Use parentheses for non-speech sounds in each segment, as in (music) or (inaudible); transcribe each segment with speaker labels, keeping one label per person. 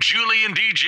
Speaker 1: Julie and DJ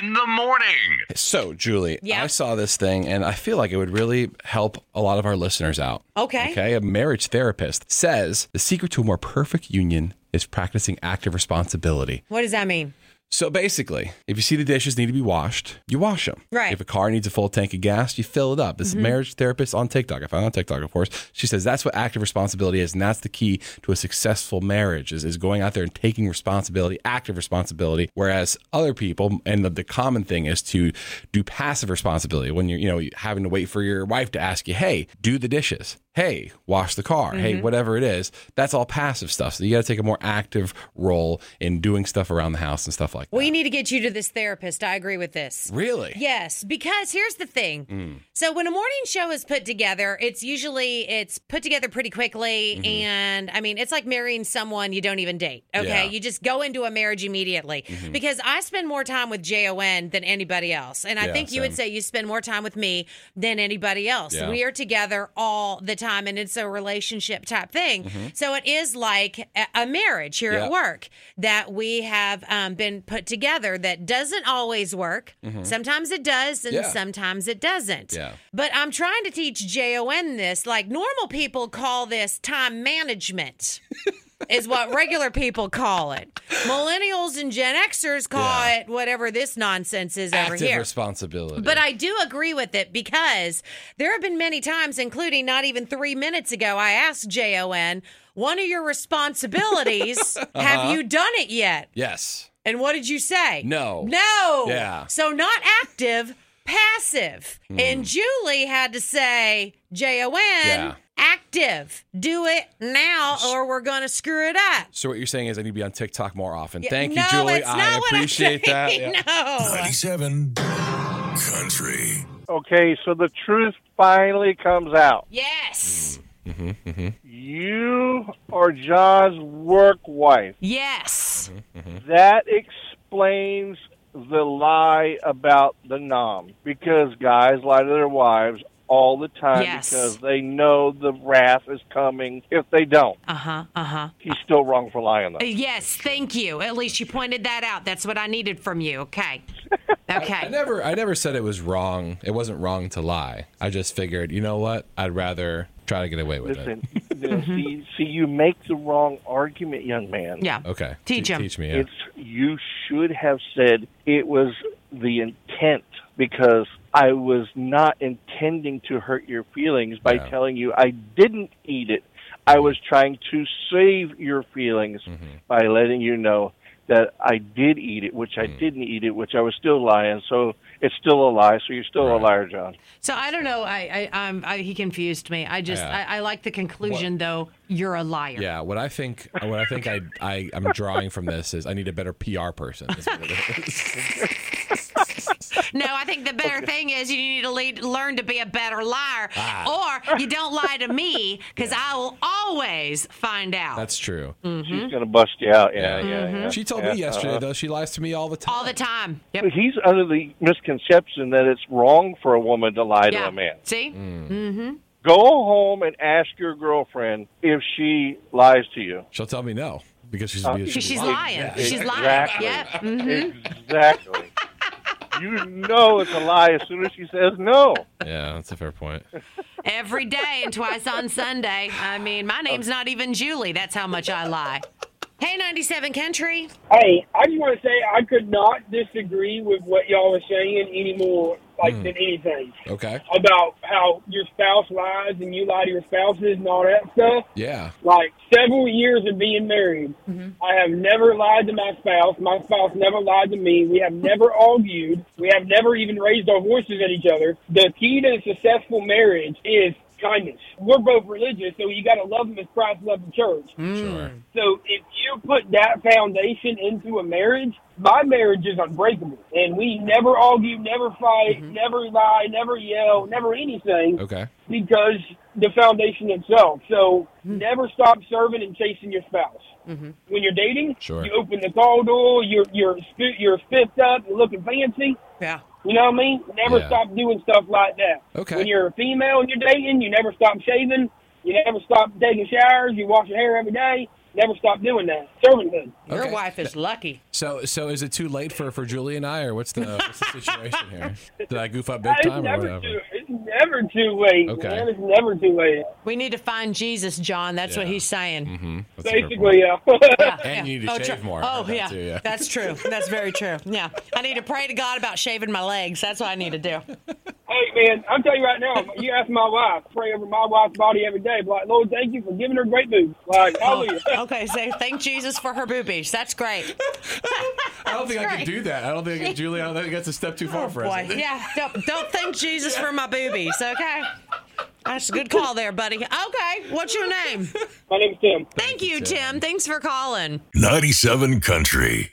Speaker 1: in the morning.
Speaker 2: So, Julie,
Speaker 3: Yeah.
Speaker 2: I saw this thing and I feel like it would really help a lot of our listeners out.
Speaker 3: Okay.
Speaker 2: Okay. A marriage therapist says the secret to a more perfect union is practicing active responsibility.
Speaker 3: What does that mean?
Speaker 2: So basically, if you see the dishes need to be washed, you wash them.
Speaker 3: Right.
Speaker 2: If a car needs a full tank of gas, you fill it up.
Speaker 3: Mm-hmm.
Speaker 2: This marriage therapist on TikTok, I found her on TikTok, of course, she says that's what active responsibility is, and that's the key to a successful marriage is, is going out there and taking responsibility, active responsibility. Whereas other people, and the, the common thing is to do passive responsibility when you're, you know, having to wait for your wife to ask you, hey, do the dishes. Hey, wash the car.
Speaker 3: Mm-hmm.
Speaker 2: Hey, whatever it is, that's all passive stuff. So you got to take a more active role in doing stuff around the house and stuff like that.
Speaker 3: We need to get you to this therapist. I agree with this.
Speaker 2: Really?
Speaker 3: Yes, because here's the thing.
Speaker 2: Mm.
Speaker 3: So when a morning show is put together, it's usually it's put together pretty quickly
Speaker 2: Mm-hmm.
Speaker 3: and I mean, it's like marrying someone you don't even date. Okay?
Speaker 2: Yeah. Mm-hmm.
Speaker 3: You just go into a marriage immediately. Because I spend more time with JON than anybody else. And I
Speaker 2: Yeah,
Speaker 3: think you would
Speaker 2: same.
Speaker 3: say you spend more time with me than anybody else.
Speaker 2: Yeah.
Speaker 3: We are together all the time and it's a relationship type thing. So it is like a- a marriage here
Speaker 2: Mm-hmm. Yeah.
Speaker 3: at work that we have um, been put together that doesn't always work. Sometimes it does, and
Speaker 2: Mm-hmm. Yeah.
Speaker 3: sometimes it doesn't.
Speaker 2: Yeah.
Speaker 3: But I'm trying to teach JON this. Like normal people call this
Speaker 2: (laughs)
Speaker 3: time management. Is what regular people call it. Millennials and Gen Xers call
Speaker 2: Yeah.
Speaker 3: it whatever this nonsense is over
Speaker 2: Active
Speaker 3: here.
Speaker 2: responsibility.
Speaker 3: But I do agree with it because there have been many times, including not even three minutes ago, I asked JON, one of
Speaker 2: (laughs)
Speaker 3: your responsibilities,
Speaker 2: Uh-huh.
Speaker 3: have you done it yet?
Speaker 2: yes.
Speaker 3: And what did you say?
Speaker 2: No.
Speaker 3: No.
Speaker 2: Yeah. Hmm.
Speaker 3: So not active, passive. And Julie had to say, JON,
Speaker 2: Yeah.
Speaker 3: active, do it now or we're going to screw it up.
Speaker 2: So what you're saying is I need to be on TikTok more often.
Speaker 3: Yeah,
Speaker 2: Thank
Speaker 3: no,
Speaker 2: you, Julie.
Speaker 3: it's
Speaker 2: I
Speaker 3: not what I'm
Speaker 2: appreciate that.
Speaker 3: (laughs) saying.
Speaker 2: Yeah.
Speaker 3: No.
Speaker 4: 97 Country.
Speaker 5: Okay, so the truth finally comes out.
Speaker 3: Yes.
Speaker 5: You are John's work wife.
Speaker 3: Yes. Mm-hmm.
Speaker 5: That explains the lie about the nom because guys lie to their wives all the time
Speaker 3: Yes.
Speaker 5: because they know the wrath is coming if they don't.
Speaker 3: Uh huh. Uh huh.
Speaker 5: He's still wrong for lying though.
Speaker 3: Yes, thank you. At least you pointed that out. That's what I needed from you.
Speaker 5: (laughs)
Speaker 3: Okay.
Speaker 2: I
Speaker 3: Okay.
Speaker 2: never I never said it was wrong. It wasn't wrong to lie. I just figured, you know what? I'd rather try to get away with it.
Speaker 3: (laughs)
Speaker 5: Listen, see, see, you make the wrong argument, young man.
Speaker 3: Mm-hmm. Yeah.
Speaker 2: Okay.
Speaker 3: Teach
Speaker 2: Te-
Speaker 3: him.
Speaker 2: Teach me. Yeah.
Speaker 5: It's you should have said it was the intent because I was not intending to hurt your feelings by
Speaker 2: Yeah.
Speaker 5: telling you I didn't eat it. I was trying to save your feelings
Speaker 2: Mm-hmm.
Speaker 5: by letting you know that I did eat it, which
Speaker 2: Mm.
Speaker 5: I didn't eat it, which I was still lying. So it's still a lie. So you're still a liar, John.
Speaker 3: So I don't know. I, I, um, I he confused me. I just,
Speaker 2: Yeah.
Speaker 3: I, I like the conclusion though. You're a liar.
Speaker 2: Yeah, what I think, what I think I, I, I'm drawing from this is I need a better PR person. is what it is.
Speaker 3: No, I think the better thing is you need to lead, learn to be a better liar,
Speaker 2: Ah.
Speaker 3: or
Speaker 2: (laughs)
Speaker 3: you don't lie to me because I will always find out
Speaker 2: That's
Speaker 3: (laughs)
Speaker 2: true.
Speaker 3: Mm-hmm.
Speaker 5: She's going to bust you out. Yeah,
Speaker 2: Yeah.
Speaker 5: yeah, yeah. uh-huh.
Speaker 2: She told me yesterday though she lies to me all the time.
Speaker 3: all the time. Yep.
Speaker 5: But he's under the misconception that it's wrong for a woman to lie to
Speaker 3: Yeah.
Speaker 5: a man.
Speaker 3: See?
Speaker 2: Mm.
Speaker 5: Go home and ask your girlfriend if she lies to you.
Speaker 2: She'll tell me no because she's
Speaker 5: Uh,
Speaker 3: Because she's
Speaker 2: lying.
Speaker 3: lying.
Speaker 2: Yeah,
Speaker 3: She's lying.
Speaker 5: exactly.
Speaker 3: Yep. Mhm.
Speaker 5: Exactly. you know it's a lie as soon as she says no.
Speaker 2: Yeah, that's a fair point.
Speaker 3: every day and twice on Sunday. I mean, my name's not even Julie. That's how much I lie. Hey, 97 Country.
Speaker 6: Hey, I just want to say I could not disagree with what y'all are saying anymore, like than anything
Speaker 2: Okay.
Speaker 6: about how your spouse lies and you lie to your spouses and all that stuff.
Speaker 2: Yeah.
Speaker 6: Like several years of being married, I have never lied to my spouse. My spouse never lied to me. We have never argued. We have never even raised our voices at each other. The key to a successful marriage is kindness. We're both religious, so you got to love them as Christ loved the church.
Speaker 3: Mm.
Speaker 2: Sure.
Speaker 6: So if you put that foundation into a marriage, my marriage is unbreakable. And we never argue, never fight, never lie, never yell, never anything
Speaker 2: Mm-hmm. Okay.
Speaker 6: because the foundation itself. So
Speaker 2: Hmm.
Speaker 6: never stop serving and chasing your spouse. When you're dating,
Speaker 2: Mm-hmm. Sure.
Speaker 6: you open the car door, you're you're sp- you're spiffed up, you're looking fancy.
Speaker 3: Yeah.
Speaker 6: You know what I mean? Never
Speaker 2: Yeah.
Speaker 6: stop doing stuff like that.
Speaker 2: Okay.
Speaker 6: When you're a female and you're dating, you never stop shaving. You never stop taking showers. You wash your hair every day. Never stop doing that. Servanthood.
Speaker 3: Your
Speaker 2: Okay.
Speaker 3: wife is lucky.
Speaker 2: So, so is it too late for, for Julie and I, or what's the, what's the situation here? Did I goof up big
Speaker 6: It's
Speaker 2: time or
Speaker 6: never
Speaker 2: whatever?
Speaker 6: too. It's never too late,
Speaker 2: Okay.
Speaker 6: man. It's never too late.
Speaker 3: We need to find Jesus, John. That's what
Speaker 2: Yeah.
Speaker 3: he's saying.
Speaker 2: That's a fair
Speaker 6: Basically, uh,
Speaker 2: point.
Speaker 6: (laughs) yeah.
Speaker 2: And you need to
Speaker 3: tr-
Speaker 2: shave more.
Speaker 3: Oh,
Speaker 2: Heard that
Speaker 3: yeah.
Speaker 2: too, yeah.
Speaker 3: That's true. That's very true. Yeah. I need to pray to God about shaving my legs. That's what I need to do.
Speaker 6: Hey man, I'm telling you right now, (laughs) you ask my wife, pray over my wife's body every day. be Like, Lord, thank you for giving her great boobs.
Speaker 2: (laughs)
Speaker 6: Like, hallelujah.
Speaker 3: Okay, say thank Jesus for her boobies. That's great.
Speaker 2: I don't think I can do that. I don't think I can, Julie. I don't think that's a step too far for us. (laughs)
Speaker 3: Oh, Boy, yeah. Don't, don't thank Jesus for my boobies, okay? That's a good call there, buddy. Okay, what's your name?
Speaker 6: My name's Tim.
Speaker 3: Thank you, Tim. Thanks for calling.
Speaker 4: 97 Country.